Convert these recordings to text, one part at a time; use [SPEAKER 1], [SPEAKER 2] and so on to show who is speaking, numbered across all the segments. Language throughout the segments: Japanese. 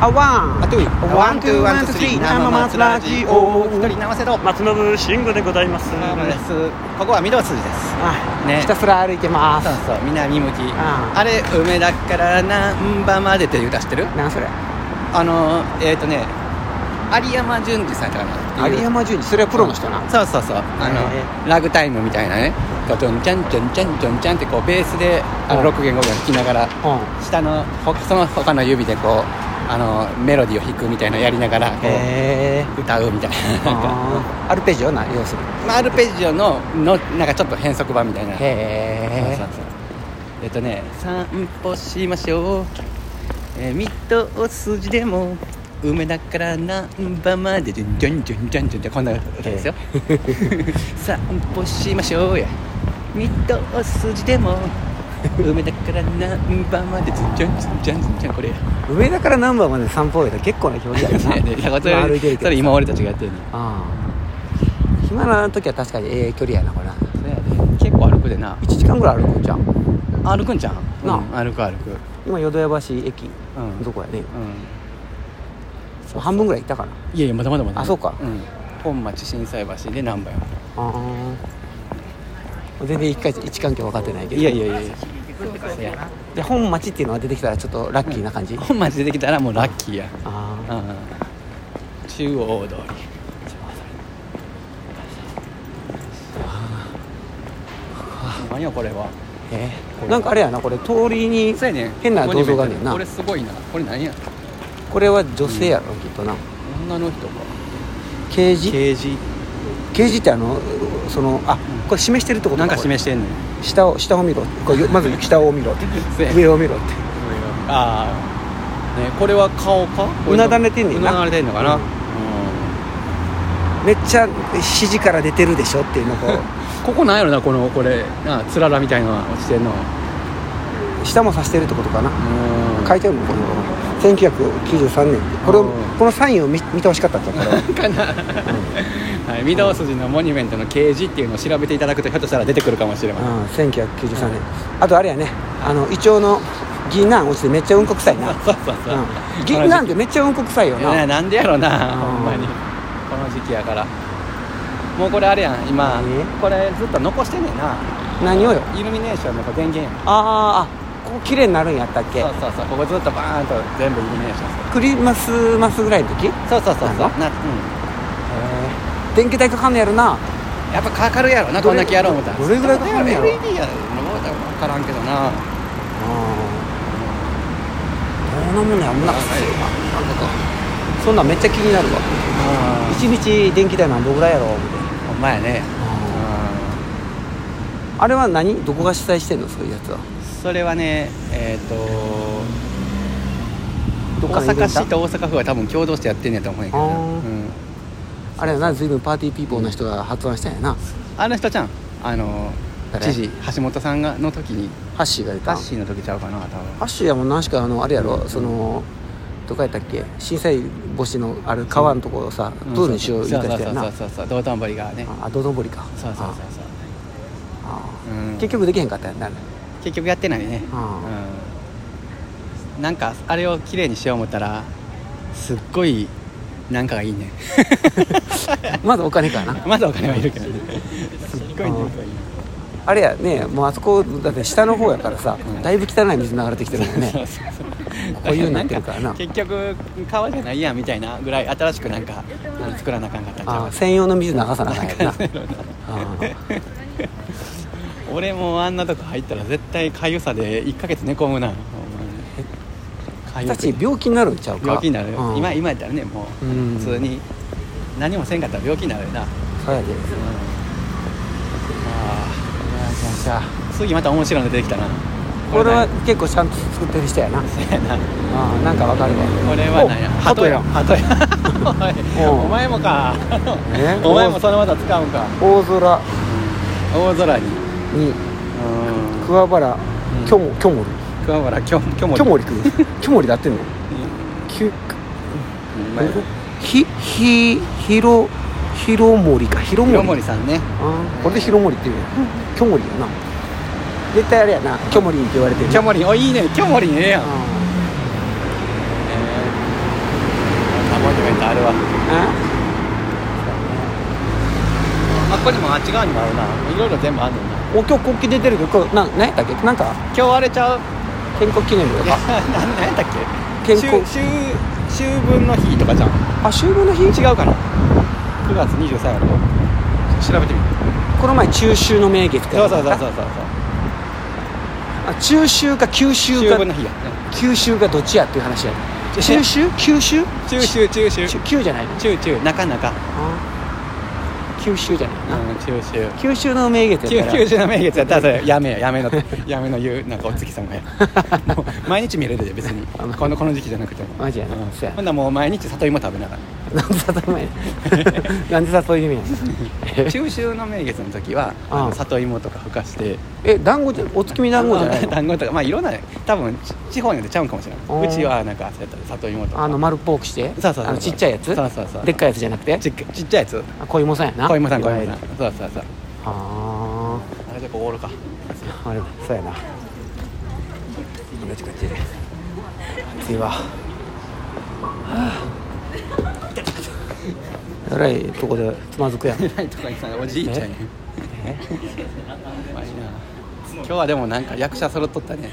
[SPEAKER 1] あわ
[SPEAKER 2] あ
[SPEAKER 1] ん
[SPEAKER 2] とワ
[SPEAKER 1] ワ
[SPEAKER 2] ン
[SPEAKER 1] ン
[SPEAKER 2] ト
[SPEAKER 1] ト
[SPEAKER 2] ゥ
[SPEAKER 1] ゥ
[SPEAKER 2] ー
[SPEAKER 1] ー
[SPEAKER 2] ワ
[SPEAKER 1] ワントゥ
[SPEAKER 2] ントゥー
[SPEAKER 1] ー
[SPEAKER 2] ス
[SPEAKER 1] ス
[SPEAKER 2] リ
[SPEAKER 1] リ
[SPEAKER 2] ー
[SPEAKER 1] ー生
[SPEAKER 2] 生松
[SPEAKER 1] 松
[SPEAKER 2] ラ
[SPEAKER 1] ラ
[SPEAKER 2] ジ
[SPEAKER 1] ジ
[SPEAKER 2] オ
[SPEAKER 1] オ
[SPEAKER 2] 一人生瀬戸
[SPEAKER 3] 松信慎吾でございます
[SPEAKER 2] マムですここは緑筋です
[SPEAKER 1] あ、
[SPEAKER 2] ね
[SPEAKER 1] ひたすら歩いてま
[SPEAKER 2] そう
[SPEAKER 1] す
[SPEAKER 2] そう南向き
[SPEAKER 1] あ
[SPEAKER 2] あれ梅田から難波までっていう歌知ってる
[SPEAKER 1] なんそれ
[SPEAKER 2] あのえっ、ー、とね有山淳二さんとかな
[SPEAKER 1] 有山純二それはプロの人な
[SPEAKER 2] そうそうそうあの、
[SPEAKER 1] へ
[SPEAKER 2] ラグタイムみたいなねこうちょんちゃんちょんちゃんちょんちゃんってこうベースであの
[SPEAKER 1] うん
[SPEAKER 2] 6弦5弦弾きながら
[SPEAKER 1] うん
[SPEAKER 2] 下のほその他の指でこうあのメロディーを弾くみたいなのやりながらこう
[SPEAKER 1] へえ
[SPEAKER 2] 歌うみたいななんか
[SPEAKER 1] アルペジオな要するに
[SPEAKER 2] まあアルペジオののなんかちょっと変則版みたいなそうそう
[SPEAKER 1] へ
[SPEAKER 2] そうえっとね散歩しましょう、えー、水戸筋でも梅田から難波まででジョンジョンジョンジョンってこんな歌 ですよ散歩しましょうや水戸筋でも梅田から難波まででジョンジョンジョンジョンジョンこれや
[SPEAKER 1] え上田からナンバーまで散歩へと結構な距離 やな
[SPEAKER 2] ねだからそれ
[SPEAKER 1] まあ歩いてるけど
[SPEAKER 2] それ今俺たちがやってるの
[SPEAKER 1] ああ暇な時は確かにええ距離やなこれ
[SPEAKER 2] それやで結構歩くでな
[SPEAKER 1] 1時間ぐらい歩くんじゃん
[SPEAKER 2] 歩くんじゃん
[SPEAKER 1] なあ
[SPEAKER 2] うん歩く歩く
[SPEAKER 1] 今淀屋橋駅
[SPEAKER 2] うん
[SPEAKER 1] どこやね
[SPEAKER 2] う
[SPEAKER 1] 半分ぐらい行ったかない
[SPEAKER 2] やいやまだまだまだ
[SPEAKER 1] あそうか
[SPEAKER 2] ん、本町心斎橋で何番よ
[SPEAKER 1] ああ全然一回一環境分かってないけど
[SPEAKER 2] いやいやいやいやいや
[SPEAKER 1] で本町っていうのが出てきたらちょっとラッキーな感じ、あ
[SPEAKER 2] 本町出てきたらもうラッキーや、う
[SPEAKER 1] あ
[SPEAKER 2] ん、中央通り何やこれは
[SPEAKER 1] えーなんかあれやなこれ通りに
[SPEAKER 2] そうやね
[SPEAKER 1] 変な銅像があんねんな
[SPEAKER 2] これすごいなこれ何や
[SPEAKER 1] これは女性やろ、きっとな
[SPEAKER 2] 女の人か
[SPEAKER 1] 刑事
[SPEAKER 2] 刑事
[SPEAKER 1] 刑事ってあのそのあこれ示してるってこと
[SPEAKER 2] なんか
[SPEAKER 1] これ
[SPEAKER 2] 示し てんのよ
[SPEAKER 1] 下を下を見ろこ れまず下を見ろって
[SPEAKER 2] そうや
[SPEAKER 1] 上を見ろって
[SPEAKER 2] ああねこれは顔か
[SPEAKER 1] うなだれてんねんな
[SPEAKER 2] うなだれてんのかな、
[SPEAKER 1] うん
[SPEAKER 2] うん
[SPEAKER 1] めっちゃ肘から出てるでしょっていうのをこ
[SPEAKER 2] ここなんやろなこのこれなあつららみたいなの落ちてんの
[SPEAKER 1] う下も指してるってことかな書
[SPEAKER 2] い
[SPEAKER 1] いてあるのこの1993年ってこれを
[SPEAKER 2] うん
[SPEAKER 1] このサインを見見てほしかったんじゃんこれは
[SPEAKER 2] かな、はい、御堂筋のモニュメントの掲示っていうのを調べていただくとひょっとしたら出てくるかもしれません
[SPEAKER 1] うん1993年あとあれやねあのイチョウの銀杏落ちてめっちゃうんこ臭いな、
[SPEAKER 2] そうそうそう、
[SPEAKER 1] うん、銀杏ってめっちゃうんこ臭いよ
[SPEAKER 2] い
[SPEAKER 1] な
[SPEAKER 2] やなんでやろな
[SPEAKER 1] うん
[SPEAKER 2] ほんまにこの時期やからもうこれあれやん今
[SPEAKER 1] 何
[SPEAKER 2] これずっと残してんねんな
[SPEAKER 1] 何をよ
[SPEAKER 2] イルミネーションのこう電源やん
[SPEAKER 1] あーあここ綺麗になるんやったっけ
[SPEAKER 2] そうそうそうここずっとバーンと全部イルミネーションする
[SPEAKER 1] クリスマスマスぐらいの時
[SPEAKER 2] そうそうそうそう
[SPEAKER 1] なん
[SPEAKER 2] な、うん、
[SPEAKER 1] 電気代かかんのやろな
[SPEAKER 2] やっぱかかるやろな
[SPEAKER 1] ど
[SPEAKER 2] こん
[SPEAKER 1] れ
[SPEAKER 2] だけやろう思ったら
[SPEAKER 1] どれぐらいかかんねやろ
[SPEAKER 2] LED やろ分からんけどな
[SPEAKER 1] こんなもんねあんなくさいよななんかそんなんめっちゃ気になるわ
[SPEAKER 2] あ
[SPEAKER 1] 一日電気代何ぼぐらいやろみたいな
[SPEAKER 2] ほんまやね
[SPEAKER 1] あれは何どこが主催してんのそういうやつは
[SPEAKER 2] それはねえっ、と
[SPEAKER 1] どっか
[SPEAKER 2] 大
[SPEAKER 1] のイベント
[SPEAKER 2] 阪市と大阪府は多分共同してやってんねやと思うんやけど、
[SPEAKER 1] あー
[SPEAKER 2] うん、
[SPEAKER 1] あれやな随分パーティーピーポーの人が発案したんやな
[SPEAKER 2] あの人ちゃんあの
[SPEAKER 1] 誰
[SPEAKER 2] 知事橋本さんがの時に
[SPEAKER 1] ハッシーがい
[SPEAKER 2] タ
[SPEAKER 1] た
[SPEAKER 2] ッシーの時ちゃうかな多分
[SPEAKER 1] ハッシーはもう何しかあのあれやろそのどこやったっけ震災墓地のある川のところをさ
[SPEAKER 2] うん
[SPEAKER 1] どうにしよう言い
[SPEAKER 2] そ
[SPEAKER 1] た
[SPEAKER 2] うそ
[SPEAKER 1] した
[SPEAKER 2] うそ
[SPEAKER 1] や
[SPEAKER 2] う
[SPEAKER 1] な
[SPEAKER 2] そうそうそう道頓堀がね
[SPEAKER 1] あ道頓堀か
[SPEAKER 2] そうそうそうそう
[SPEAKER 1] ああ
[SPEAKER 2] うん
[SPEAKER 1] 結局できへんかったやんなあれ
[SPEAKER 2] 結局やってないね、
[SPEAKER 1] あ
[SPEAKER 2] うん、なんかあれをきれいにしよう思ったらすっごいなんかがいいね
[SPEAKER 1] まずお金かな
[SPEAKER 2] まだお金はいるけどねすっごいなんかいい
[SPEAKER 1] あれやねもうあそこだって下の方やからさ、
[SPEAKER 2] ん
[SPEAKER 1] だいぶ汚い水流れてきてるもんね
[SPEAKER 2] そうそうそう
[SPEAKER 1] こういうのやってるからな
[SPEAKER 2] だ 結局川じゃないやんみたいなぐらい新しくなんか作らなあかんかったんちゃ
[SPEAKER 1] あ
[SPEAKER 2] う
[SPEAKER 1] ー専用の水流さなあかんやんなあ
[SPEAKER 2] 俺もあんなとこ入ったら絶対かゆさで1ヶ月寝込むなほんまにか
[SPEAKER 1] ー
[SPEAKER 2] ゆ
[SPEAKER 1] た
[SPEAKER 2] くて
[SPEAKER 1] ち病気になるんちゃうか
[SPEAKER 2] 病気になるよ、
[SPEAKER 1] うん
[SPEAKER 2] 今今やったらねもう
[SPEAKER 1] うん
[SPEAKER 2] 普通に何もせんかったら病気になるよな、
[SPEAKER 1] そうやで
[SPEAKER 2] あー次また面白いの出てきたな
[SPEAKER 1] これは
[SPEAKER 2] こ
[SPEAKER 1] 結構ちゃんと作ってる人やな
[SPEAKER 2] れ何やな
[SPEAKER 1] あーなんかわかるわ
[SPEAKER 2] これは何や
[SPEAKER 1] お鳩やん
[SPEAKER 2] 鳩やおい
[SPEAKER 1] おう
[SPEAKER 2] お前もか
[SPEAKER 1] ね
[SPEAKER 2] お前もその技使うんか
[SPEAKER 1] 大空
[SPEAKER 2] 大空に
[SPEAKER 1] に
[SPEAKER 2] うん
[SPEAKER 1] 桑原
[SPEAKER 2] ん
[SPEAKER 1] キョモキョモリ
[SPEAKER 2] 桑原きょきょも
[SPEAKER 1] キョモリくんキ ョモリだってんのキュ
[SPEAKER 2] うんうまい
[SPEAKER 1] ひひひろひろもりかひろ
[SPEAKER 2] ひろ
[SPEAKER 1] も
[SPEAKER 2] も
[SPEAKER 1] り
[SPEAKER 2] りさんね
[SPEAKER 1] あーこれでひろもりって言うよきょもりやな絶対あれやなきょもりって言われてる
[SPEAKER 2] きょもりおいいねきょもりねええやん
[SPEAKER 1] あ
[SPEAKER 2] えっち側にもあるないろいろ全部あるねんな
[SPEAKER 1] お今日国旗出てるけどこれな何やったっけなんか
[SPEAKER 2] 今日あれちゃう
[SPEAKER 1] 建国記念日と
[SPEAKER 2] いや
[SPEAKER 1] か
[SPEAKER 2] ななんやったっけ
[SPEAKER 1] 健康
[SPEAKER 2] 秋秋秋分の日とかじゃん
[SPEAKER 1] あ秋分の日
[SPEAKER 2] 違うかな9月23やろ調べてみて
[SPEAKER 1] この前中秋の名月って
[SPEAKER 2] そ
[SPEAKER 1] や
[SPEAKER 2] う
[SPEAKER 1] つ
[SPEAKER 2] そうそうそうそう
[SPEAKER 1] あ中秋か九
[SPEAKER 2] そう
[SPEAKER 1] 州
[SPEAKER 2] 秋
[SPEAKER 1] か
[SPEAKER 2] 分の日や
[SPEAKER 1] 九州かどっちやっていう話や
[SPEAKER 2] え
[SPEAKER 1] 中秋九州
[SPEAKER 2] 中秋中秋
[SPEAKER 1] 中九じゃないの
[SPEAKER 2] 中中なかなか
[SPEAKER 1] あ九州じゃないな、
[SPEAKER 2] うん中秋
[SPEAKER 1] 九州の名月
[SPEAKER 2] 九
[SPEAKER 1] やったら
[SPEAKER 2] 九州の名月やったらそれやめ よやめのやめの言うなんかお月様やもう毎日見れるで別に
[SPEAKER 1] あまあ
[SPEAKER 2] このこの時期じゃなくても
[SPEAKER 1] マジやな
[SPEAKER 2] うん
[SPEAKER 1] そうや
[SPEAKER 2] ほんならもう毎日里芋食べながら
[SPEAKER 1] なんで里芋やねん なんで里芋やねん
[SPEAKER 2] 中秋の名月の時は
[SPEAKER 1] ああ
[SPEAKER 2] あの里芋とかふかして
[SPEAKER 1] え団子じゃお月見団子じゃないの
[SPEAKER 2] 団子とかまあいろんな多分ち地方によってちゃうんかもしれ
[SPEAKER 1] う
[SPEAKER 2] なんいうちはなんかそうやったら里芋とか
[SPEAKER 1] あの丸っぽくして
[SPEAKER 2] そうそうそう
[SPEAKER 1] あのちっちゃいやつ
[SPEAKER 2] そうそうそう
[SPEAKER 1] でっかいやつじゃなくて
[SPEAKER 2] ちっちっちゃいやつ
[SPEAKER 1] あ小芋さんやな
[SPEAKER 2] 小芋さん小
[SPEAKER 1] いわゆ
[SPEAKER 2] 芋
[SPEAKER 1] る
[SPEAKER 2] さんそうそうそう
[SPEAKER 1] あ
[SPEAKER 2] あれでこうおるか
[SPEAKER 1] ーあれそうやなこっちこっち暑いわ はあえらいとこでつまずくやん
[SPEAKER 2] 偉いとか にさんおじいちゃんやんうまいな今日はでもなんか役者揃っとったね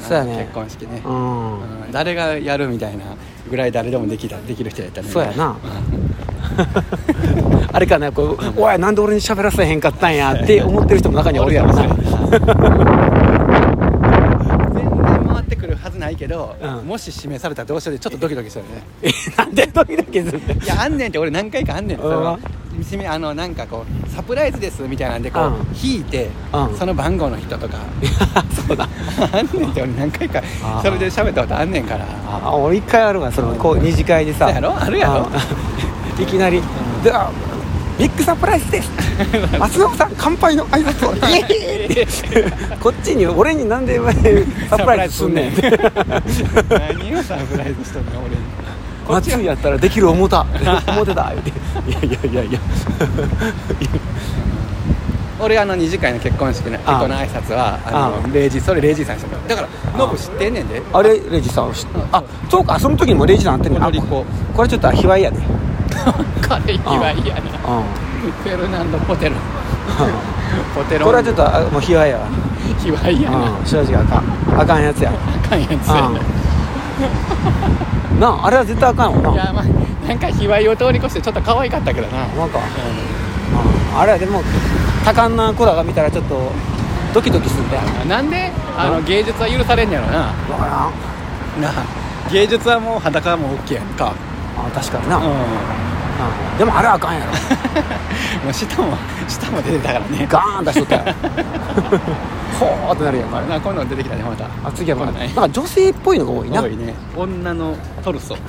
[SPEAKER 1] そうやね
[SPEAKER 2] あの結婚式ね、
[SPEAKER 1] うん
[SPEAKER 2] うん誰がやるみたいなぐらい誰でもできたできる人やったね
[SPEAKER 1] そうやなあれかなこう「おいなんで俺に喋らせへんかったんや」って思ってる人も中にはおるやろな
[SPEAKER 2] おるかもしれん全然回ってくるはずないけど、
[SPEAKER 1] うん
[SPEAKER 2] もし指名されたらどうしようでちょっとドキドキしたよね
[SPEAKER 1] えなんでドキドキするんだよ
[SPEAKER 2] いやあんねんって俺何回かあんねんそれ
[SPEAKER 1] う
[SPEAKER 2] は
[SPEAKER 1] ん
[SPEAKER 2] 指名あのなんかこうサプライズですみたいなんでこう、
[SPEAKER 1] うん
[SPEAKER 2] 引いて、
[SPEAKER 1] うん
[SPEAKER 2] その番号の人とか
[SPEAKER 1] そうだ
[SPEAKER 2] あんねんって俺何回か
[SPEAKER 1] あー
[SPEAKER 2] それで喋ったことあんねんから
[SPEAKER 1] あ俺一回あるわそのこう二次会でさ
[SPEAKER 2] そうやろあるや
[SPEAKER 1] う
[SPEAKER 2] ろ
[SPEAKER 1] ん いきなり「ではビッグサプライズ です松永さん乾杯の挨拶をイエーイ!」 ってこっちに俺になんでサプライズすんねん
[SPEAKER 2] 何をサプライズしとんの俺にこっち
[SPEAKER 1] 松
[SPEAKER 2] が
[SPEAKER 1] 井やったらできる思うた思うてた言うて「いやいやいやいや
[SPEAKER 2] 俺あの二次会の結婚式の結婚の挨拶はあ
[SPEAKER 1] あ
[SPEAKER 2] のレイジそれレイジさんにしたからだから
[SPEAKER 1] あ
[SPEAKER 2] ノブ知ってんねんで
[SPEAKER 1] あれレイジさんを知ってあそうかその時にもレイジさんあってんねんあ
[SPEAKER 2] 踊り子
[SPEAKER 1] ここれちょっと卑猥やで、ね、
[SPEAKER 2] 彼
[SPEAKER 1] わい
[SPEAKER 2] やな
[SPEAKER 1] う
[SPEAKER 2] フェルナンド・ポテロポテ
[SPEAKER 1] ん
[SPEAKER 2] ロ
[SPEAKER 1] これはちょっとあもう卑猥やわ
[SPEAKER 2] ひわいやな
[SPEAKER 1] うん正直あかんあかんやつや
[SPEAKER 2] あかんやつやな
[SPEAKER 1] うんなああれは絶対あかんわ
[SPEAKER 2] い
[SPEAKER 1] な
[SPEAKER 2] やまあなんか卑猥を通り越してちょっと可愛かったけどな、うん
[SPEAKER 1] なんか、うんあれはでも多感な子らが見たらちょっとドキドキするんだよ
[SPEAKER 2] なんであの芸術は許されんやろなな
[SPEAKER 1] わからん
[SPEAKER 2] あ芸術はもう裸はもう OK やんか
[SPEAKER 1] あ確かにな、
[SPEAKER 2] うん
[SPEAKER 1] うんでもあれはあかんやろ
[SPEAKER 2] もう舌も舌も出てたからね
[SPEAKER 1] ガーン出しと ったよほーってなるやんか
[SPEAKER 2] あれなこんなの出てきたねまた
[SPEAKER 1] あ次はま
[SPEAKER 2] こ
[SPEAKER 1] だ
[SPEAKER 2] ん
[SPEAKER 1] なん
[SPEAKER 2] な
[SPEAKER 1] ん
[SPEAKER 2] ね
[SPEAKER 1] か女性っぽいのが多いな
[SPEAKER 2] 多いね女のトルソ
[SPEAKER 1] ど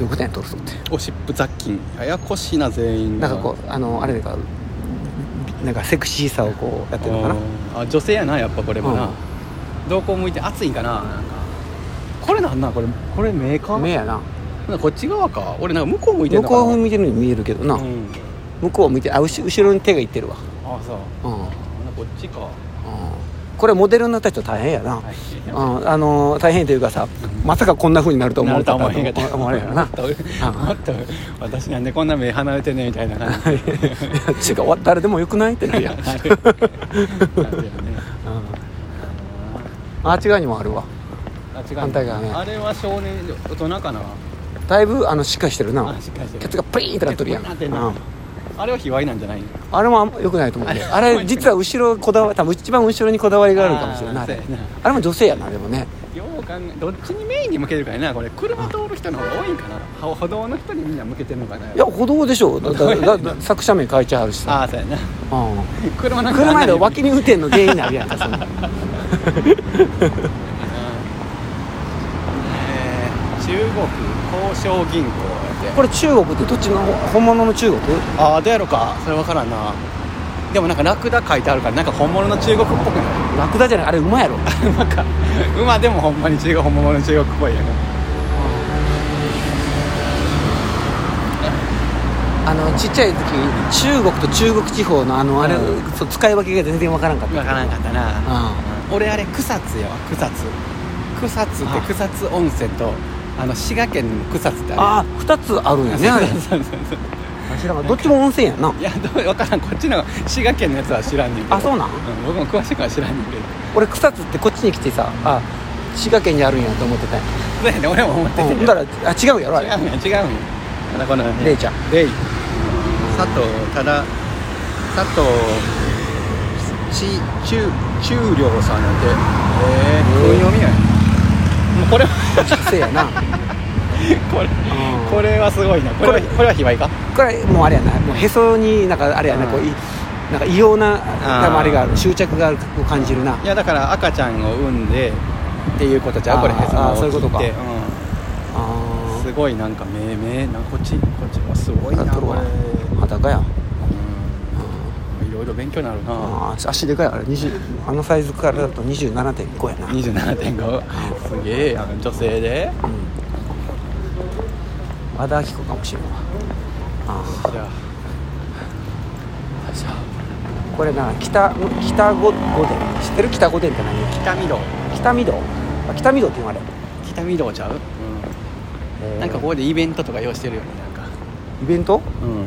[SPEAKER 1] ういうことやんトルソーって
[SPEAKER 2] おしっぷ雑菌ややこしいな全員
[SPEAKER 1] なんかこうあのあれでかなんかセクシーさをこうやってるのかな
[SPEAKER 2] あ女性やなやっぱこれもな、
[SPEAKER 1] うん
[SPEAKER 2] 瞳孔向いて熱いんかななんかこれなんなんこれこれメーカー
[SPEAKER 1] 目やな
[SPEAKER 2] なこっち側か俺なんか向こう向いてん
[SPEAKER 1] 向
[SPEAKER 2] のかな
[SPEAKER 1] こうを見てるように見えるけどな、
[SPEAKER 2] うん
[SPEAKER 1] 向こうを見てあ後後ろに手がいってるわ
[SPEAKER 2] あそ
[SPEAKER 1] うん、
[SPEAKER 2] う
[SPEAKER 1] うん、
[SPEAKER 2] なこっちか
[SPEAKER 1] これモデルになった人大変やな、
[SPEAKER 2] はい
[SPEAKER 1] うん、あの大変というかさまさかこんなふうになると思
[SPEAKER 2] な
[SPEAKER 1] う
[SPEAKER 2] ると思わへんかった
[SPEAKER 1] 思われへんよな
[SPEAKER 2] もっともっと私なんでこんな目離れてんねんみたいな感じ
[SPEAKER 1] 違うわ誰でもよくないってなるやん、うん、
[SPEAKER 2] なるなるよね
[SPEAKER 1] あっち側にもあるわ
[SPEAKER 2] あ違 う
[SPEAKER 1] 反対側ね
[SPEAKER 2] あれは少年大人かな
[SPEAKER 1] だいぶあのしっかりしてるな
[SPEAKER 2] あしっかりしてる
[SPEAKER 1] ケツがプリーンってなってるやん、
[SPEAKER 2] なってん
[SPEAKER 1] う
[SPEAKER 2] なんあれは卑猥なんじゃないの
[SPEAKER 1] あれもあんま良くないと思うねあ
[SPEAKER 2] あれ
[SPEAKER 1] れ実は後ろこだわ多分一番後ろにこだわりがあるかもしれないあ
[SPEAKER 2] あー
[SPEAKER 1] れ
[SPEAKER 2] そうやな
[SPEAKER 1] あれも女性やなでもね
[SPEAKER 2] よう考えどっちにメインに向けてるかやなこれ車通る人の方が多いんかな歩歩道の人にみんな向けてるのかない
[SPEAKER 1] や歩道でしょだだだだ作者名書いちゃうしさ、
[SPEAKER 2] ああそうやな
[SPEAKER 1] う、
[SPEAKER 2] 車なんんか
[SPEAKER 1] 車で脇に運転の原因になるやんかそんな
[SPEAKER 2] えー中国交渉銀行やって
[SPEAKER 1] これ中国ってどっちの本物の中国
[SPEAKER 2] ああどうやろかそれ分からんなでもなんかラクダ書いてあるからなんか本物の中国っぽくない
[SPEAKER 1] ラクダじゃないあれ馬やろ
[SPEAKER 2] 馬か馬でもほんまに中国本物の中国っぽいや ん
[SPEAKER 1] あのちっちゃい時中国と中国地方のあのあれ、
[SPEAKER 2] う
[SPEAKER 1] そう使い分けが全然わからんかった
[SPEAKER 2] 分からんかったな
[SPEAKER 1] う
[SPEAKER 2] 俺あれ草津やわ草津草津って草津温泉とあの滋賀県の草津って
[SPEAKER 1] んあ
[SPEAKER 2] あ
[SPEAKER 1] あ2つあるんやねあれ
[SPEAKER 2] るそうそうそうそう
[SPEAKER 1] 知らんかったどっちも温泉やんない
[SPEAKER 2] やどうわからんこっちの滋賀県のやつは知らんねんけど
[SPEAKER 1] あそうなん
[SPEAKER 2] ん僕も詳しくは知らんねんけど
[SPEAKER 1] 俺草津ってこっちに来てさあ滋賀県にあるんやと思ってたんや
[SPEAKER 2] そうやね俺も思って
[SPEAKER 1] う
[SPEAKER 2] て
[SPEAKER 1] んだからあ違うんやろあ
[SPEAKER 2] 違
[SPEAKER 1] れ
[SPEAKER 2] うんや違うんやまだこのね
[SPEAKER 1] レイちゃん
[SPEAKER 2] レイ佐藤ただ佐藤ち中中良さんやってええー、こういう読みやねもうこれは
[SPEAKER 1] せやな、うん、
[SPEAKER 2] これ
[SPEAKER 1] こ
[SPEAKER 2] これはすごいなこれは
[SPEAKER 1] これ
[SPEAKER 2] これは卑猥か
[SPEAKER 1] れもうあれやなもうへそになんかあれやな、
[SPEAKER 2] うん
[SPEAKER 1] こういなんか異様な
[SPEAKER 2] ー
[SPEAKER 1] 多分あれがある執着があるを感じるない
[SPEAKER 2] やだから赤ちゃんを産んでっていうことじゃ
[SPEAKER 1] あ
[SPEAKER 2] う
[SPEAKER 1] ー
[SPEAKER 2] これへそ
[SPEAKER 1] あー
[SPEAKER 2] の緒
[SPEAKER 1] そういうことか
[SPEAKER 2] 切ってうん、
[SPEAKER 1] あ
[SPEAKER 2] すごいなんかめめなんかこっちこっちはすごいな
[SPEAKER 1] あ
[SPEAKER 2] これ
[SPEAKER 1] あ裸やん
[SPEAKER 2] うんいろいろ勉強になるな
[SPEAKER 1] あー足でかいあれ20あのサイズからだと27.5やな、うん、
[SPEAKER 2] 27.5すげえやん女性で
[SPEAKER 1] 和田アキ子かもしれんわあー
[SPEAKER 2] じゃあじゃあ
[SPEAKER 1] これな北北御御殿知ってる北御殿って何
[SPEAKER 2] 北御堂
[SPEAKER 1] 北御堂あ北御堂って言われる、
[SPEAKER 2] 北御堂ちゃう、
[SPEAKER 1] えー
[SPEAKER 2] なんかここでイベントとか用意してるよねなんか
[SPEAKER 1] イベント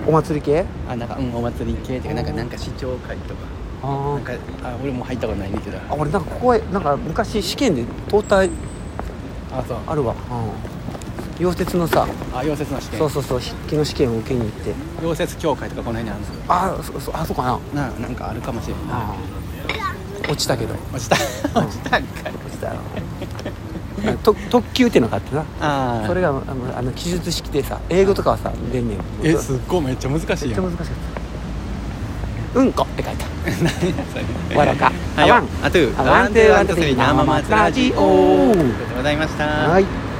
[SPEAKER 2] うん
[SPEAKER 1] お祭り系
[SPEAKER 2] あなんかうんお祭り系とかなんかなんか市長会とか
[SPEAKER 1] あ
[SPEAKER 2] な
[SPEAKER 1] ー
[SPEAKER 2] んかあ俺も入ったことないんだけど
[SPEAKER 1] あ俺なんかここへなんか昔試験で通った
[SPEAKER 2] あそう
[SPEAKER 1] あるわ、うん、溶接のさ
[SPEAKER 2] あ溶接の試験
[SPEAKER 1] そうそうそう筆記の試験を受けに行って
[SPEAKER 2] 溶接協会とかこの辺にあるんですよ
[SPEAKER 1] あーそそあそうかな
[SPEAKER 2] ななんかあるかもしれんない
[SPEAKER 1] あー落ちたけど
[SPEAKER 2] 落ちた落ちたんかい
[SPEAKER 1] 落ちたよ と特級っていうのがあってな
[SPEAKER 2] あ
[SPEAKER 1] それが あのあの記述式でさ英語とかはさ出んねん
[SPEAKER 2] えすっごいめっちゃ難し
[SPEAKER 1] め
[SPEAKER 2] い
[SPEAKER 1] っち
[SPEAKER 2] や
[SPEAKER 1] ゃ
[SPEAKER 2] ん
[SPEAKER 1] 難しかったうんこって書いた わらか
[SPEAKER 2] はい
[SPEAKER 1] あワン
[SPEAKER 2] あトゥー
[SPEAKER 1] あワントゥーワントゥー
[SPEAKER 2] 生松ラジオ
[SPEAKER 1] おー
[SPEAKER 2] ありがとうございました
[SPEAKER 1] はい